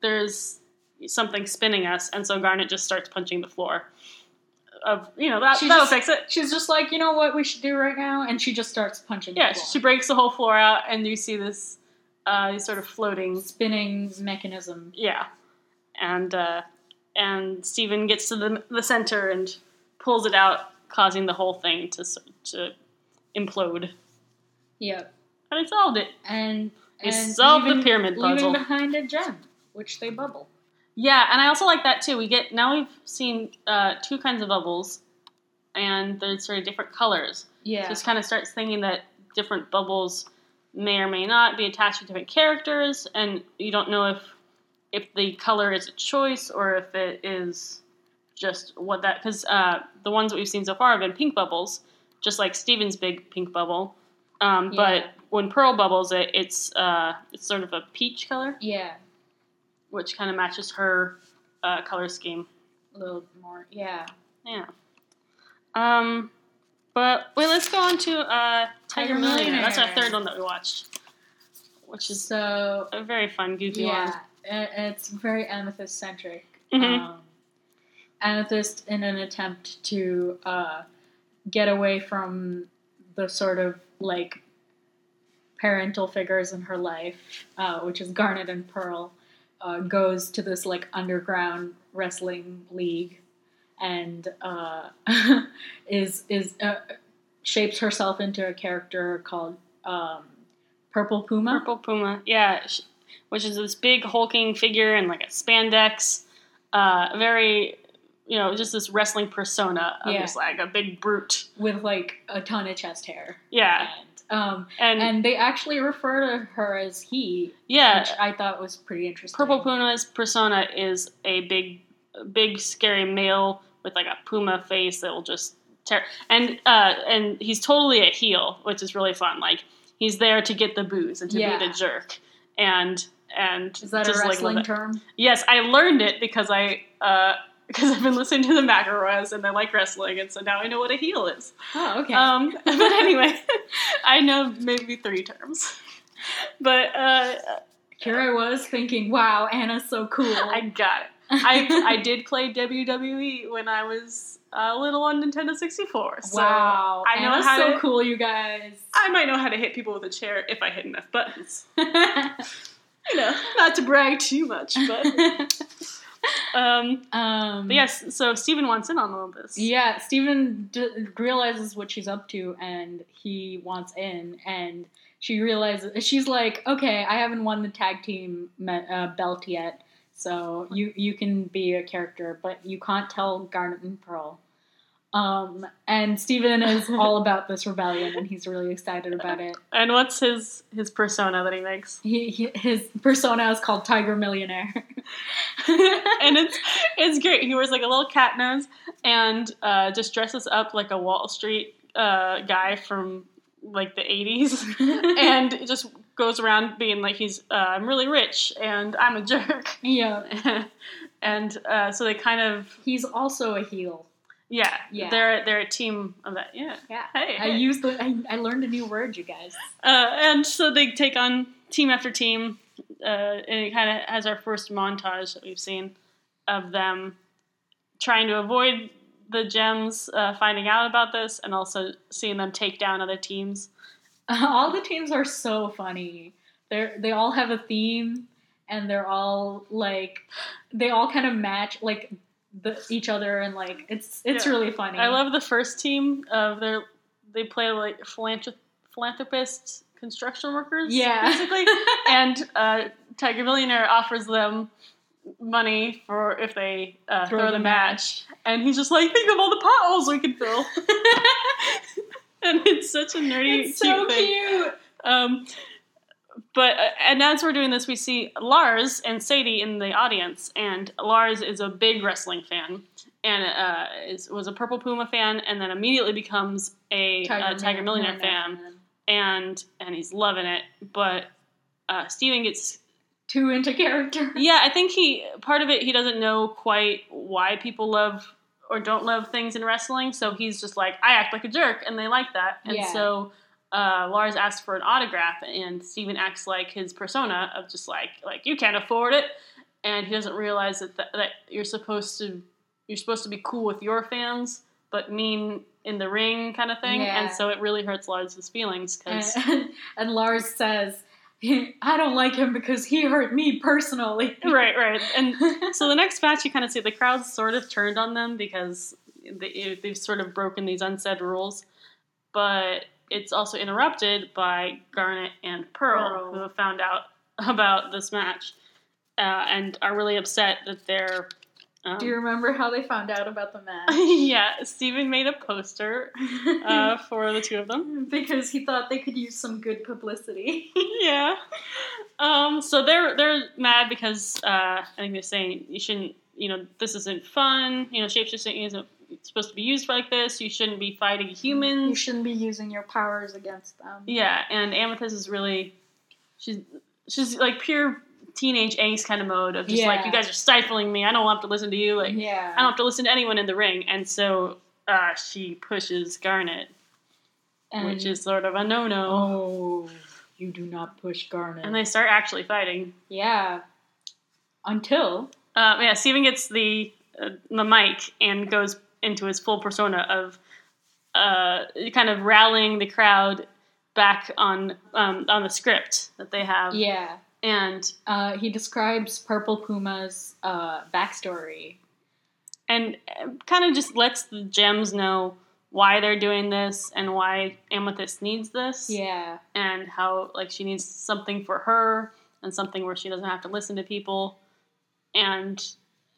[SPEAKER 1] there's something spinning us, and so Garnet just starts punching the floor. Of you know that
[SPEAKER 2] She
[SPEAKER 1] that'll
[SPEAKER 2] just-
[SPEAKER 1] fix it.
[SPEAKER 2] She's just like, you know what we should do right now? And she just starts punching. the
[SPEAKER 1] Yeah,
[SPEAKER 2] floor.
[SPEAKER 1] she breaks the whole floor out, and you see this uh, sort of floating
[SPEAKER 2] spinning mechanism.
[SPEAKER 1] Yeah, and uh, and Steven gets to the the center and pulls it out, causing the whole thing to s- to implode.
[SPEAKER 2] Yep.
[SPEAKER 1] And he solved it.
[SPEAKER 2] And
[SPEAKER 1] He
[SPEAKER 2] and
[SPEAKER 1] solved the
[SPEAKER 2] leaving-
[SPEAKER 1] pyramid
[SPEAKER 2] leaving
[SPEAKER 1] puzzle.
[SPEAKER 2] behind a gem, which they bubble.
[SPEAKER 1] Yeah, and I also like that too. We get now we've seen uh, two kinds of bubbles, and they're sort of different colors.
[SPEAKER 2] Yeah.
[SPEAKER 1] Just kind of starts thinking that different bubbles may or may not be attached to different characters, and you don't know if if the color is a choice or if it is just what that because uh, the ones that we've seen so far have been pink bubbles, just like Steven's big pink bubble. Um,
[SPEAKER 2] Yeah.
[SPEAKER 1] But when Pearl bubbles it, it's uh, it's sort of a peach color,
[SPEAKER 2] yeah.
[SPEAKER 1] which kind of matches her uh, color scheme.
[SPEAKER 2] A little more. Yeah.
[SPEAKER 1] Yeah. Um, but wait, let's go on to uh, Tiger
[SPEAKER 2] Tiger
[SPEAKER 1] Millionaire. That's our
[SPEAKER 2] Millionaire.
[SPEAKER 1] third one that we watched, which is
[SPEAKER 2] So
[SPEAKER 1] a very fun, goofy
[SPEAKER 2] yeah,
[SPEAKER 1] one.
[SPEAKER 2] i- it's very amethyst centric.
[SPEAKER 1] Mhm.
[SPEAKER 2] Um, amethyst in an attempt to uh, get away from the sort of like parental figures in her life, uh, which is Garnet and Pearl, uh, goes to this like underground wrestling league and uh, (laughs) is is uh, shapes herself into a character called um, Purple Puma.
[SPEAKER 1] Purple Puma, yeah, sh- which is this big hulking figure in like a spandex, uh, very, you know, just this wrestling persona of
[SPEAKER 2] Yeah.
[SPEAKER 1] just like a big brute.
[SPEAKER 2] with like a ton of chest hair.
[SPEAKER 1] Yeah,
[SPEAKER 2] And, um,
[SPEAKER 1] and,
[SPEAKER 2] and they actually refer to her as he,
[SPEAKER 1] yeah,
[SPEAKER 2] which I thought was pretty interesting.
[SPEAKER 1] Purple Puma's persona is a big, big scary male with like a puma face that will just tear. And uh, and he's totally a heel, which is really fun. Like he's there to get the booze and to be
[SPEAKER 2] Yeah.
[SPEAKER 1] the jerk. And and
[SPEAKER 2] Is that
[SPEAKER 1] just
[SPEAKER 2] a
[SPEAKER 1] like
[SPEAKER 2] wrestling
[SPEAKER 1] love it.
[SPEAKER 2] term?
[SPEAKER 1] Yes, I learned it because I uh, (laughs) because I've been listening to the McElroys and I like wrestling, and so now I know what a heel is.
[SPEAKER 2] Oh, okay. (laughs)
[SPEAKER 1] Um, but anyway, (laughs) I know maybe three terms. (laughs) But uh,
[SPEAKER 2] Here I was thinking, wow, Anna's so cool.
[SPEAKER 1] I got it. I, I
[SPEAKER 2] (laughs)
[SPEAKER 1] did play WWE when I was uh, little on Nintendo 64. So
[SPEAKER 2] wow,
[SPEAKER 1] I know
[SPEAKER 2] Anna's
[SPEAKER 1] how
[SPEAKER 2] so
[SPEAKER 1] to-
[SPEAKER 2] cool, you guys.
[SPEAKER 1] I might know how to hit people with a chair if I hit enough buttons. You (laughs) know, not to brag too much, (laughs) but. Um,
[SPEAKER 2] (laughs) um,
[SPEAKER 1] but yes, so Steven wants in on all of this.
[SPEAKER 2] Yeah, Steven d- realizes what she's up to and he wants in. And she realizes, she's like, okay, I haven't won the tag team me- uh, belt yet. So you, you can be a character, but you can't tell Garnet and Pearl. Um, and Steven is all about this rebellion and he's really excited about it.
[SPEAKER 1] And what's his his persona that he makes?
[SPEAKER 2] He, he, his persona is called Tiger Millionaire.
[SPEAKER 1] (laughs) and it's it's great. He wears like a little cat nose and uh, just dresses up like a Wall Street uh, guy from like the '80s, (laughs) and it just goes around being like he's uh, I'm really rich and I'm a jerk, (laughs)
[SPEAKER 2] yeah,
[SPEAKER 1] and uh, so they kind of
[SPEAKER 2] he's also a heel.
[SPEAKER 1] yeah,
[SPEAKER 2] Yeah.
[SPEAKER 1] they're they're a team of that yeah
[SPEAKER 2] Yeah.
[SPEAKER 1] hey,
[SPEAKER 2] I
[SPEAKER 1] hey.
[SPEAKER 2] used the, I, I learned a new word, you guys.
[SPEAKER 1] uh, and so they take on team after team, uh, and it kind of has our first montage that we've seen of them trying to avoid the gems uh, finding out about this, and also seeing them take down other teams.
[SPEAKER 2] (laughs) all the teams are so funny. They're they all have a theme and they're all like they all kind of match like the, each other and like it's it's
[SPEAKER 1] Yeah.
[SPEAKER 2] really funny.
[SPEAKER 1] I love the first team of their. They play like philanthrop- philanthropist construction workers.
[SPEAKER 2] Yeah. (laughs)
[SPEAKER 1] basically. and uh, Tiger Millionaire offers them money for if they uh, throw, the match. and he's just like, think of all the potholes we could
[SPEAKER 2] (laughs)
[SPEAKER 1] fill. and it's such a nerdy,
[SPEAKER 2] It's so
[SPEAKER 1] cute thing.
[SPEAKER 2] cute.
[SPEAKER 1] Um, but uh, and as we're doing this, we see Lars and Sadie in the audience, and Lars is a big wrestling fan, and uh, is, was a Purple Puma fan, and then immediately becomes a Tiger, uh, Tiger Millionaire fan, and and he's loving it. But uh, Steven gets
[SPEAKER 2] Too into character.
[SPEAKER 1] yeah, I think he part of it he doesn't know quite why people love or don't love things in wrestling, so he's just like, I act like a jerk, and they like that, and
[SPEAKER 2] Yeah.
[SPEAKER 1] so uh, Lars asks for an autograph, and Steven acts like his persona of just like like you can't afford it, and he doesn't realize that th- that you're supposed to you're supposed to be cool with your fans, but mean in the ring kind of thing,
[SPEAKER 2] Yeah. Uh.
[SPEAKER 1] and so it really hurts Lars's feelings because.
[SPEAKER 2] And, (laughs) and Lars says, I don't like him because he hurt me
[SPEAKER 1] (laughs)
[SPEAKER 2] personally.
[SPEAKER 1] (laughs) right, right. And so the next match, you kind of see the crowd sort of turned on them because they, they've sort of broken these unsaid rules. But it's also interrupted by Garnet and Pearl,
[SPEAKER 2] Pearl.
[SPEAKER 1] who have found out (laughs) about this match uh, and are really upset that they're. Um,
[SPEAKER 3] Do you remember how they found out about the match?
[SPEAKER 1] (laughs) yeah, Steven made a poster (laughs)
[SPEAKER 2] (laughs)
[SPEAKER 1] uh, for the two of them.
[SPEAKER 3] because he thought they could use some good publicity.
[SPEAKER 1] (laughs) yeah. Um, so they're they're mad because uh, I think they're saying you shouldn't. You know, this isn't fun. You know, shapeshifting isn't supposed to be used like this. You shouldn't be fighting
[SPEAKER 3] you
[SPEAKER 1] humans.
[SPEAKER 3] shouldn't be using your powers against them.
[SPEAKER 1] Yeah, and Amethyst is really, she's she's like pure teenage angst kind of mode of just like
[SPEAKER 2] Yeah.
[SPEAKER 1] you guys are stifling me. I don't have to listen to you. Like
[SPEAKER 2] yeah.
[SPEAKER 1] I don't have to listen to anyone in the ring. And so uh, she pushes Garnet,
[SPEAKER 2] And-
[SPEAKER 1] which is sort of a no no.
[SPEAKER 2] Oh, you do not push Garnet.
[SPEAKER 1] And they start actually fighting.
[SPEAKER 2] yeah. Until
[SPEAKER 1] Uh, yeah, Steven gets the uh, the mic and goes into his full persona of uh, kind of rallying the crowd back on um, on the script that they have.
[SPEAKER 2] yeah,
[SPEAKER 1] And
[SPEAKER 2] uh, he describes Purple Puma's uh, backstory.
[SPEAKER 1] and uh, kind of just lets the gems know why they're doing this and why Amethyst needs this
[SPEAKER 2] Yeah,
[SPEAKER 1] and how like she needs something for her and something where she doesn't have to listen to people and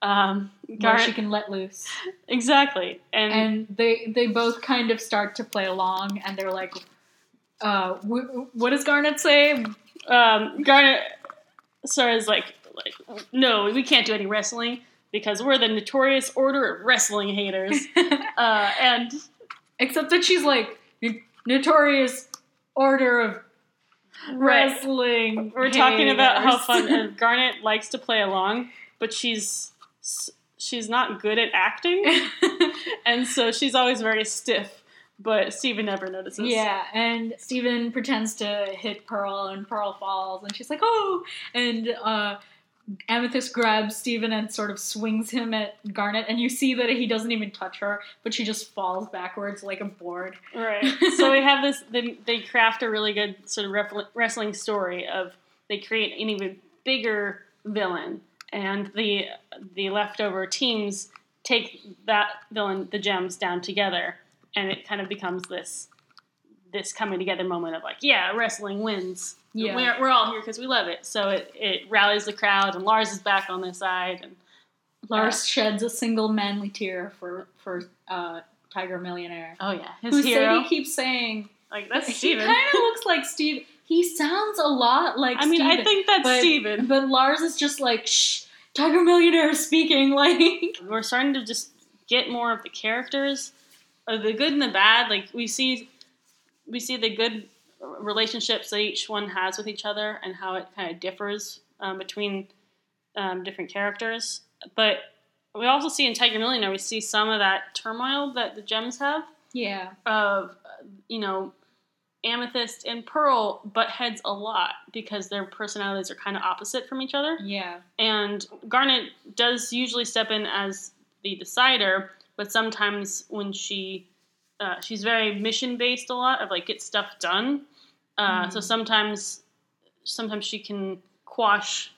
[SPEAKER 1] um
[SPEAKER 2] where
[SPEAKER 1] Garnet,
[SPEAKER 2] she can let loose,
[SPEAKER 1] exactly
[SPEAKER 2] and they they both kind of start to play along, and they're like, uh, w- "What does Garnet say?" (laughs)
[SPEAKER 1] um, Garnet Sarah's like, like, no, we can't do any wrestling because we're the notorious order of wrestling
[SPEAKER 2] (laughs)
[SPEAKER 1] haters. uh, and
[SPEAKER 2] Except that she's like "N- notorious order of
[SPEAKER 1] Right.
[SPEAKER 2] wrestling.
[SPEAKER 1] we're talking about how (laughs)
[SPEAKER 2] haters.
[SPEAKER 1] fun and Garnet likes to play along, but she's she's not good at acting, and so she's always very stiff. But Steven never notices.
[SPEAKER 2] Yeah, and Steven pretends to hit Pearl, and Pearl falls, and she's like, oh! And uh, Amethyst grabs Steven and sort of swings him at Garnet, and you see that he doesn't even touch her, but she just falls backwards like
[SPEAKER 1] (laughs)
[SPEAKER 2] a board.
[SPEAKER 1] Right. so we have this. They, they craft a really good sort of ref- wrestling story of they create an even bigger villain, and the the leftover teams take that villain, the gems, down together, and it kind of becomes this this coming together moment of like, yeah, wrestling wins.
[SPEAKER 2] Yeah.
[SPEAKER 1] We're, we're all here because we love it. So it, it rallies the crowd, and Lars is back on their side, and
[SPEAKER 2] Lars sheds a single manly tear for, for uh, Tiger Millionaire.
[SPEAKER 1] oh yeah, his
[SPEAKER 2] Who
[SPEAKER 1] hero.
[SPEAKER 2] Sadie keeps saying,
[SPEAKER 1] like
[SPEAKER 2] (laughs)
[SPEAKER 1] that's
[SPEAKER 2] he
[SPEAKER 1] Steven.
[SPEAKER 2] kind of looks like Steve. He sounds a lot like
[SPEAKER 1] I mean, I
[SPEAKER 2] Steven, (laughs)
[SPEAKER 1] think that's
[SPEAKER 2] but-
[SPEAKER 1] Steven.
[SPEAKER 2] But Lars is just like, shh, Tiger Millionaire is speaking, (laughs) like.
[SPEAKER 1] we're starting to just get more of the characters of the good and the bad like we see we see the good relationships that each one has with each other and how it kind of differs um, between um, different characters but we also see in tiger millionaire we see some of that turmoil that the gems have
[SPEAKER 2] Yeah.
[SPEAKER 1] of uh, you know amethyst and pearl butt heads a lot because their personalities are kind of opposite from each other
[SPEAKER 2] Yeah.
[SPEAKER 1] and Garnet does usually step in as the decider, but sometimes when she uh, she's very mission based a lot of like get stuff done, Uh, So
[SPEAKER 2] Mhm.
[SPEAKER 1] sometimes, sometimes she can quash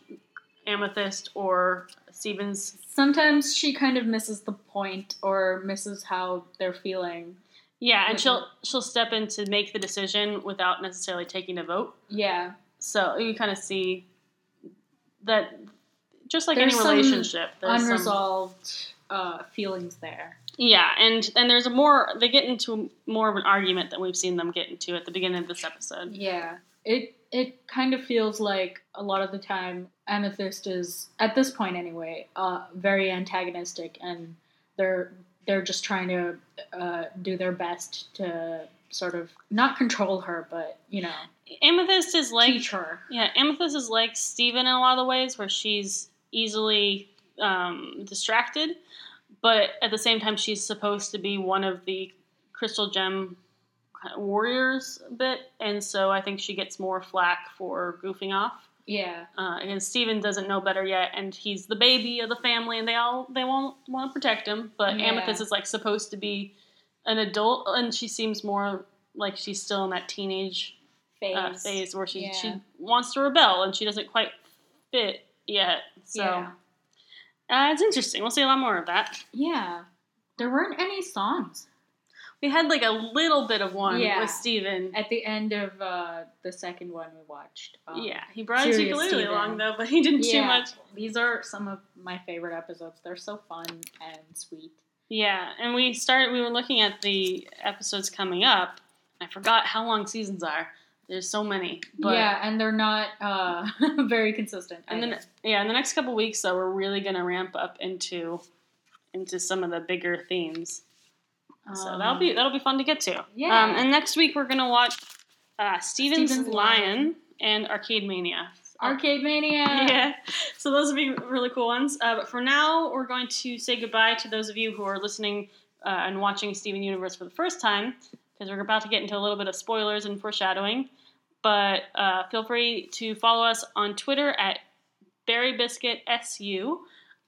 [SPEAKER 1] Amethyst or Stevens.
[SPEAKER 2] Sometimes she kind of misses the point or misses how they're feeling.
[SPEAKER 1] Yeah, and
[SPEAKER 2] Mhm.
[SPEAKER 1] she'll she'll step in to make the decision without necessarily taking a vote.
[SPEAKER 2] Yeah.
[SPEAKER 1] So you kind of see that just like
[SPEAKER 2] There's
[SPEAKER 1] any
[SPEAKER 2] some
[SPEAKER 1] relationship, there's some-
[SPEAKER 2] Unresolved uh, feelings there.
[SPEAKER 1] yeah, and and there's a more they get into more of an argument than we've seen them get into at the beginning of this episode.
[SPEAKER 2] Yeah. It it kind of feels like a lot of the time Amethyst is at this point anyway, uh, very antagonistic and they're they're just trying to uh, do their best to sort of not control her, but you know,
[SPEAKER 1] Amethyst is like
[SPEAKER 2] teach her.
[SPEAKER 1] yeah, Amethyst is like Steven in a lot of the ways where she's easily um, distracted, but at the same time she's supposed to be one of the crystal gem kind of warriors a bit, and so I think she gets more flack for goofing off.
[SPEAKER 2] Yeah.
[SPEAKER 1] uh, and Steven doesn't know better yet, and he's the baby of the family, and they all they won't want to protect him. But
[SPEAKER 2] Yeah.
[SPEAKER 1] Amethyst is like supposed to be an adult, and she seems more like she's still in that teenage
[SPEAKER 2] Phase.
[SPEAKER 1] uh, phase where she she
[SPEAKER 2] Yeah.
[SPEAKER 1] wants to rebel, and she doesn't quite fit yet. So
[SPEAKER 2] Yeah.
[SPEAKER 1] uh, it's interesting. We'll see a lot more of that.
[SPEAKER 2] Yeah. There weren't any songs
[SPEAKER 1] We had like a little bit of one
[SPEAKER 2] Yeah.
[SPEAKER 1] with Steven.
[SPEAKER 2] at the end of uh, the second one we watched. um, (laughs)
[SPEAKER 1] yeah, he brought his
[SPEAKER 2] Serious
[SPEAKER 1] ukulele
[SPEAKER 2] Steven.
[SPEAKER 1] along though, but he didn't do
[SPEAKER 2] Yeah.
[SPEAKER 1] much.
[SPEAKER 2] These are some of my favorite episodes. They're so fun and sweet.
[SPEAKER 1] Yeah, and we started. We were looking at the episodes coming up. I forgot how long seasons are. There's so many. But,
[SPEAKER 2] yeah, and they're not uh, (laughs) very consistent.
[SPEAKER 1] And then
[SPEAKER 2] either.
[SPEAKER 1] yeah, in the next couple weeks though, we're really gonna ramp up into into some of the bigger themes. So
[SPEAKER 2] Um,
[SPEAKER 1] that'll be that'll be fun to get to.
[SPEAKER 2] yeah.
[SPEAKER 1] Um, and next week we're gonna watch uh, Steven's,
[SPEAKER 2] Steven's
[SPEAKER 1] Lion,
[SPEAKER 2] Lion.
[SPEAKER 1] and Arcade Mania.
[SPEAKER 2] Arcade Mania.
[SPEAKER 1] Yeah. (laughs) So those would be really cool ones. Uh, but for now, we're going to say goodbye to those of you who are listening uh, and watching Steven Universe for the first time, because we're about to get into a little bit of spoilers and foreshadowing. But uh, feel free to follow us on Twitter at Berry Biscuit SU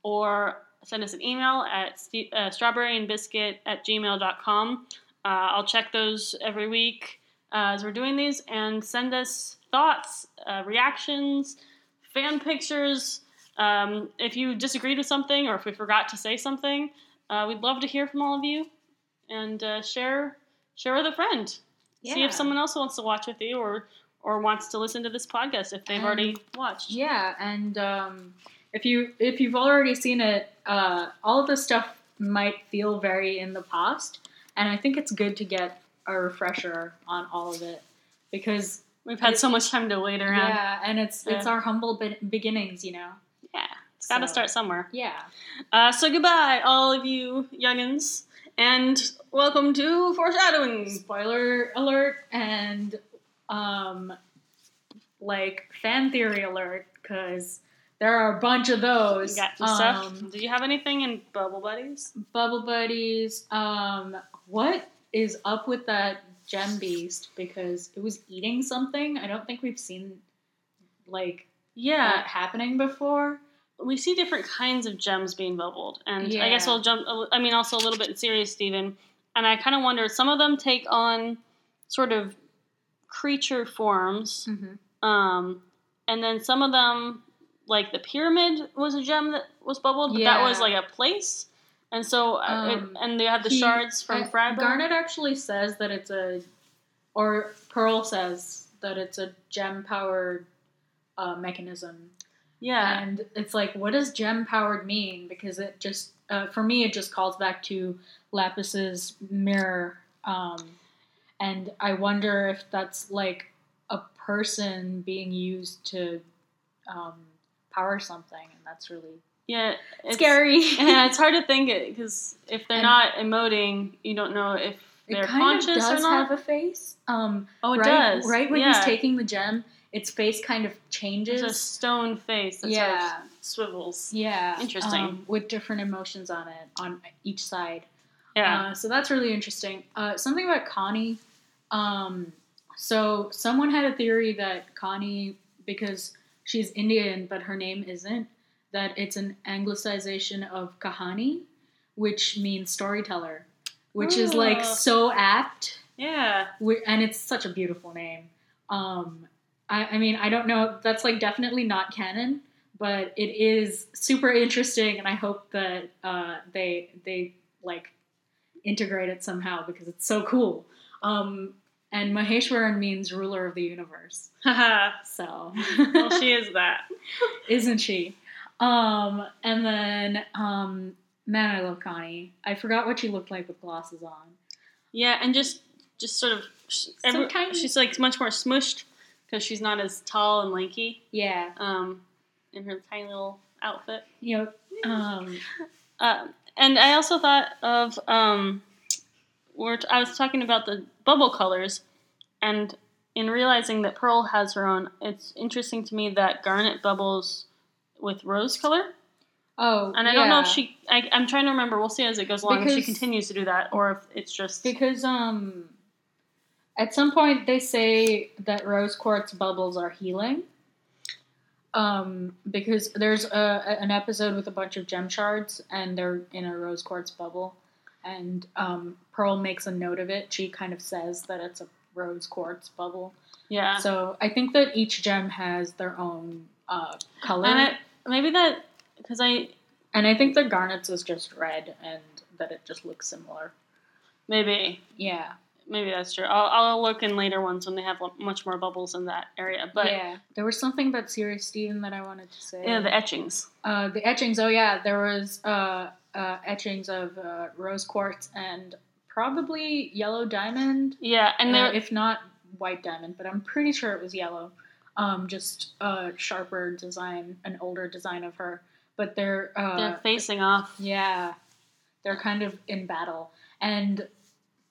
[SPEAKER 1] or send us an email at st- uh, strawberryandbiscuit at gmail.com. Uh, I'll check those every week uh, as we're doing these and send us thoughts, uh, reactions, fan pictures. Um, if you disagreed with something or if we forgot to say something, uh, we'd love to hear from all of you and uh, share share with a friend. See
[SPEAKER 2] Yeah.
[SPEAKER 1] if someone else wants to watch with you or or wants to listen to this podcast if they've
[SPEAKER 2] And-
[SPEAKER 1] already watched.
[SPEAKER 2] Yeah, and um, if you if you've already seen it, uh, all of this stuff might feel very in the past, and I think it's good to get a refresher on all of it because
[SPEAKER 1] We've had so much time to wait around.
[SPEAKER 2] yeah, and it's it's our humble be- beginnings, you know.
[SPEAKER 1] It's got to
[SPEAKER 2] so-
[SPEAKER 1] start somewhere.
[SPEAKER 2] Yeah.
[SPEAKER 1] Uh, so goodbye, all of you youngins, and welcome to foreshadowing.
[SPEAKER 2] Spoiler alert and um, like fan theory alert because there are a bunch of
[SPEAKER 1] We
[SPEAKER 2] those.
[SPEAKER 1] got some
[SPEAKER 2] Um,
[SPEAKER 1] stuff. Do you have anything in Bubble Buddies?
[SPEAKER 2] Bubble Buddies. Um, what is up with that gem beast? Because it was eating something. I don't think we've seen like
[SPEAKER 1] Yeah,
[SPEAKER 2] that happening before.
[SPEAKER 1] we see different kinds of gems being bubbled, and I guess
[SPEAKER 2] Yeah.
[SPEAKER 1] we'll jump. I mean, also a little bit serious, Stephen. And I kind of wonder. Some of them take on sort of creature forms, um, and then some of them, like the pyramid, was a gem that was bubbled, but that was
[SPEAKER 2] Yeah.
[SPEAKER 1] like a place. And so, uh
[SPEAKER 2] Um,
[SPEAKER 1] it, and they have the
[SPEAKER 2] he-
[SPEAKER 1] shards from
[SPEAKER 2] Uh,
[SPEAKER 1] Fredbear.
[SPEAKER 2] Garnet actually says that it's a, or Pearl says that it's a gem powered uh, mechanism.
[SPEAKER 1] Yeah,
[SPEAKER 2] And it's like, what does gem powered mean? Because it just, uh, for me, it just calls back to Lapis's mirror. Um, and I wonder if that's like a person being used to um, power something. And that's really
[SPEAKER 1] yeah, it's, (laughs)
[SPEAKER 2] scary. (laughs)
[SPEAKER 1] yeah, it's hard to think it because if they're
[SPEAKER 2] And-
[SPEAKER 1] not emoting, you don't know if they're
[SPEAKER 2] it kind of
[SPEAKER 1] conscious
[SPEAKER 2] does
[SPEAKER 1] or not.
[SPEAKER 2] have a face. Um,
[SPEAKER 1] oh, it
[SPEAKER 2] right,
[SPEAKER 1] does.
[SPEAKER 2] Right when
[SPEAKER 1] Yeah.
[SPEAKER 2] he's taking the gem, its face kind of
[SPEAKER 1] There's a
[SPEAKER 2] changes.
[SPEAKER 1] stone face that
[SPEAKER 2] Yeah.
[SPEAKER 1] sort of swivels.
[SPEAKER 2] Yeah.
[SPEAKER 1] Interesting.
[SPEAKER 2] um, with different emotions on it, on each side.
[SPEAKER 1] Yeah.
[SPEAKER 2] Uh, so that's really interesting. Uh, something about Connie. Um, so someone had a theory that Connie, because she's Indian but her name isn't, that it's an anglicization of Kahani, which means storyteller, which is like
[SPEAKER 1] Oh.
[SPEAKER 2] so apt,
[SPEAKER 1] yeah.
[SPEAKER 2] wi- and it's such a beautiful name. Um, I, I mean, I don't know. That's like definitely not canon, but it is super interesting, and I hope that uh, they they like integrate it somehow because it's so cool. Um, and Maheshwaran means ruler of the universe,
[SPEAKER 1] Haha.
[SPEAKER 2] so
[SPEAKER 1] (laughs) well, she is that.
[SPEAKER 2] (laughs) isn't she? Um, and then, um, man, I love Connie. I forgot what she looked like with glasses on.
[SPEAKER 1] Yeah, and just just sort of every,
[SPEAKER 2] tiny.
[SPEAKER 1] she's like much more smushed because she's not as tall and lanky
[SPEAKER 2] Yeah,
[SPEAKER 1] um, in her tiny little outfit.
[SPEAKER 2] you know, um,
[SPEAKER 1] Uh, and I also thought of um, we're t- I was talking about the bubble colors, and in realizing that Pearl has her own, it's interesting to me that Garnet bubbles with rose color.
[SPEAKER 2] oh,
[SPEAKER 1] And I don't know if
[SPEAKER 2] yeah.
[SPEAKER 1] she. I, I'm trying to remember. We'll see as it goes along if she
[SPEAKER 2] Because-
[SPEAKER 1] continues to do that or if it's just.
[SPEAKER 2] because um, at some point they say that rose quartz bubbles are healing. Um, because there's a, a- an episode with a bunch of gem shards, and they're in a rose quartz bubble, and um, Pearl makes a note of it. She kind of says that it's a rose quartz bubble.
[SPEAKER 1] yeah.
[SPEAKER 2] So I think that each gem has their own uh, color,
[SPEAKER 1] and it, maybe that because I
[SPEAKER 2] and I think that garnets is just red, and that it just looks similar.
[SPEAKER 1] maybe
[SPEAKER 2] Yeah,
[SPEAKER 1] maybe that's true. I'll, I'll look in later ones when they have lo- much more bubbles in that area. But yeah,
[SPEAKER 2] yeah, there was something about Sirius Steven that I wanted to say.
[SPEAKER 1] the etchings.
[SPEAKER 2] uh, the etchings. Oh yeah, there was uh, uh, etchings of uh, rose quartz and probably yellow diamond,
[SPEAKER 1] Yeah, and
[SPEAKER 2] and
[SPEAKER 1] there
[SPEAKER 2] if not white diamond, but I'm pretty sure it was yellow. Um, just a sharper design, an older design of her, but they're uh,
[SPEAKER 1] they're facing off.
[SPEAKER 2] Yeah, they're kind of in battle, and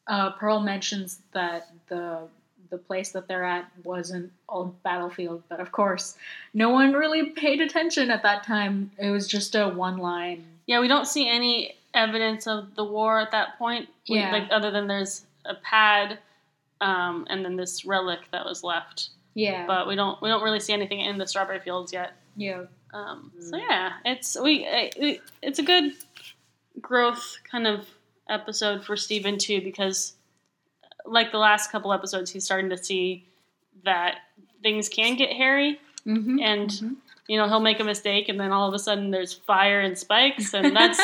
[SPEAKER 2] uh, Pearl mentions that the the place that they're at was an old battlefield, but of course, no one really paid attention at that time. It was just a one line.
[SPEAKER 1] Yeah, we don't see any evidence of the war at that point. We-
[SPEAKER 2] Yeah.
[SPEAKER 1] like other than there's a pad, um, and then this relic that was left.
[SPEAKER 2] Yeah,
[SPEAKER 1] But we don't we don't really see anything in the strawberry fields yet.
[SPEAKER 2] yeah,
[SPEAKER 1] Um, So
[SPEAKER 2] Mm.
[SPEAKER 1] yeah, it's we I- it, it's a good growth kind of episode for Steven too because uh, like the last couple episodes he's starting to see that things can get hairy
[SPEAKER 2] mm-hmm.
[SPEAKER 1] and you know he'll make a mistake and then all of a sudden there's fire and spikes and that's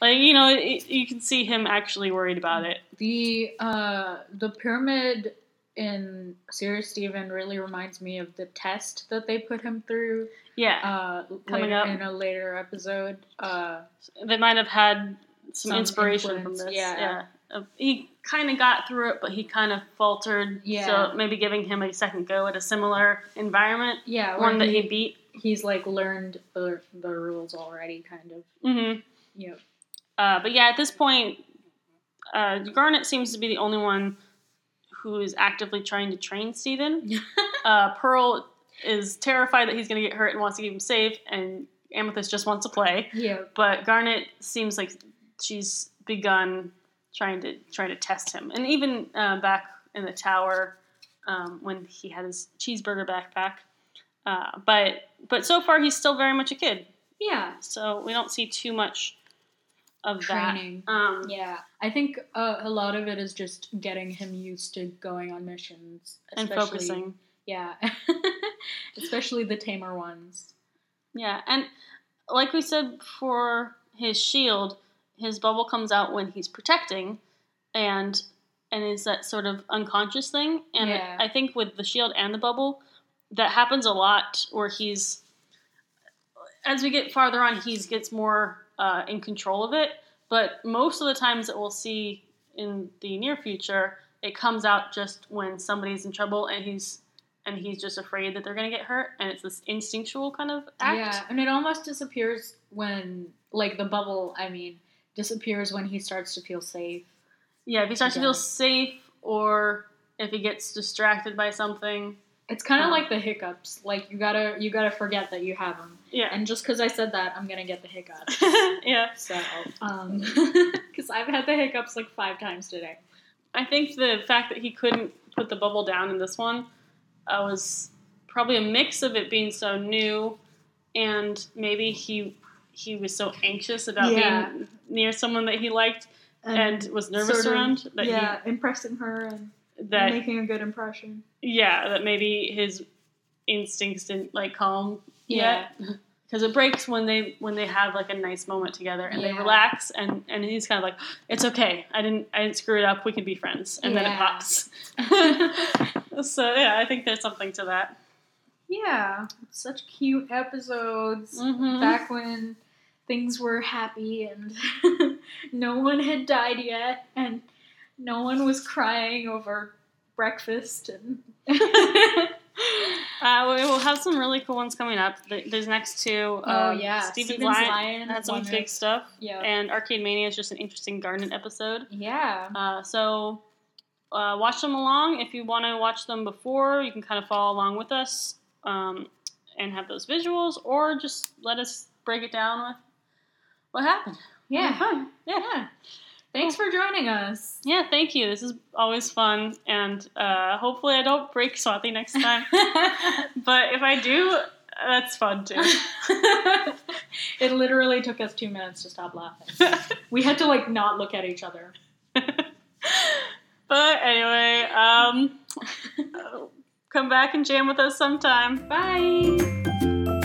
[SPEAKER 1] like you know it, you can see him actually worried about it
[SPEAKER 2] the uh, the pyramid in Sirius Steven really reminds me of the test that they put him through
[SPEAKER 1] yeah
[SPEAKER 2] uh,
[SPEAKER 1] Coming
[SPEAKER 2] later
[SPEAKER 1] up.
[SPEAKER 2] in a later episode. Uh,
[SPEAKER 1] they might have had some,
[SPEAKER 2] Some
[SPEAKER 1] inspiration from
[SPEAKER 2] influence,
[SPEAKER 1] this
[SPEAKER 2] yeah.
[SPEAKER 1] Uh, he kind of got through it but he kind of faltered
[SPEAKER 2] Yeah.
[SPEAKER 1] so maybe giving him a second go at a similar environment
[SPEAKER 2] yeah, where
[SPEAKER 1] one that he beat
[SPEAKER 2] he's like learned the, the rules already, kind of.
[SPEAKER 1] hmm
[SPEAKER 2] You know,
[SPEAKER 1] Uh, but yeah, at this point, uh, Garnet seems to be the only one who is actively trying to train
[SPEAKER 2] (laughs)
[SPEAKER 1] Steven. uh, Pearl is terrified that he's going to get hurt and wants to keep him safe, and Amethyst just wants to play.
[SPEAKER 2] yeah,
[SPEAKER 1] But Garnet seems like she's begun trying to trying to test him, and even uh, back in the tower um, when he had his cheeseburger backpack. Uh, but but so far he's still very much a kid,
[SPEAKER 2] yeah,
[SPEAKER 1] so we don't see too much of that.
[SPEAKER 2] training.
[SPEAKER 1] Um,
[SPEAKER 2] Yeah, I think uh, a lot of it is just getting him used to going on missions
[SPEAKER 1] and
[SPEAKER 2] especially-
[SPEAKER 1] focusing.
[SPEAKER 2] Yeah, (laughs) especially the tamer ones.
[SPEAKER 1] Yeah, and like we said for his shield, his bubble comes out when he's protecting, and and is that sort of unconscious thing. And
[SPEAKER 2] Yeah.
[SPEAKER 1] I think with the shield and the bubble, that happens a lot where he's as we get farther on, he gets more uh, in control of it. But most of the times that we'll see in the near future, it comes out just when somebody's in trouble and he's and he's just afraid that they're going to get hurt, and it's this instinctual kind of act.
[SPEAKER 2] Yeah, and it almost disappears when, like, the bubble. I mean, disappears when he starts to feel safe.
[SPEAKER 1] Yeah, if he starts to
[SPEAKER 2] Yeah.
[SPEAKER 1] feel safe or if he gets distracted by something.
[SPEAKER 2] It's kind of
[SPEAKER 1] Um,
[SPEAKER 2] like the hiccups. Like you gotta, you gotta forget that you have them.
[SPEAKER 1] Yeah.
[SPEAKER 2] And just because I said that, I'm gonna get the hiccups.
[SPEAKER 1] (laughs) yeah.
[SPEAKER 2] So, um, (laughs) because I've had the hiccups like five times today.
[SPEAKER 1] I think the fact that he couldn't put the bubble down in this one uh, was probably a mix of it being so new and maybe he he was so anxious about
[SPEAKER 3] Yeah.
[SPEAKER 1] being near someone that he liked and, was nervous
[SPEAKER 3] sort of-
[SPEAKER 1] around that
[SPEAKER 3] yeah, impressing her and
[SPEAKER 1] he that
[SPEAKER 3] making a good impression.
[SPEAKER 1] yeah, that maybe his instincts didn't like calm yet. Because it breaks when they when they have like a nice moment together and they
[SPEAKER 2] Yeah.
[SPEAKER 1] relax and and he's kind of like, it's okay, I didn't I didn't screw it up, we can be friends, and then it
[SPEAKER 2] Yeah.
[SPEAKER 1] pops. (laughs) so yeah, I think there's something to that.
[SPEAKER 3] Yeah, such cute episodes.
[SPEAKER 2] Mm-hmm.
[SPEAKER 1] Mhm.
[SPEAKER 3] Back when things were happy and (laughs) no one had died yet, and no one was crying over breakfast and (laughs)
[SPEAKER 1] Uh, we will have some really cool ones coming up. Th- These next two,
[SPEAKER 2] (laughs) Oh,
[SPEAKER 1] um,
[SPEAKER 2] yeah,
[SPEAKER 1] Stephen's,
[SPEAKER 3] Stephen's
[SPEAKER 1] Lion,
[SPEAKER 3] Lion
[SPEAKER 1] had some
[SPEAKER 3] wonders.
[SPEAKER 1] big stuff,
[SPEAKER 3] Yeah.
[SPEAKER 1] and Arcade Mania is just an interesting garden episode.
[SPEAKER 3] Yeah.
[SPEAKER 1] Uh, so uh, watch them along. If you want to watch them before, you can kind of follow along with us um, and have those visuals, or just let us break it down with what happened.
[SPEAKER 3] Yeah.
[SPEAKER 1] Fun. Yeah.
[SPEAKER 3] Yeah. Thanks for joining
[SPEAKER 1] (laughs)
[SPEAKER 3] us.
[SPEAKER 1] Yeah, thank you. This is always fun, and uh, hopefully I don't break Swati next time. but if I do, that's fun too.
[SPEAKER 2] It literally took us two minutes to stop laughing. we had to like not look at each other.
[SPEAKER 1] But anyway, um, come back and jam with us sometime.
[SPEAKER 3] Bye.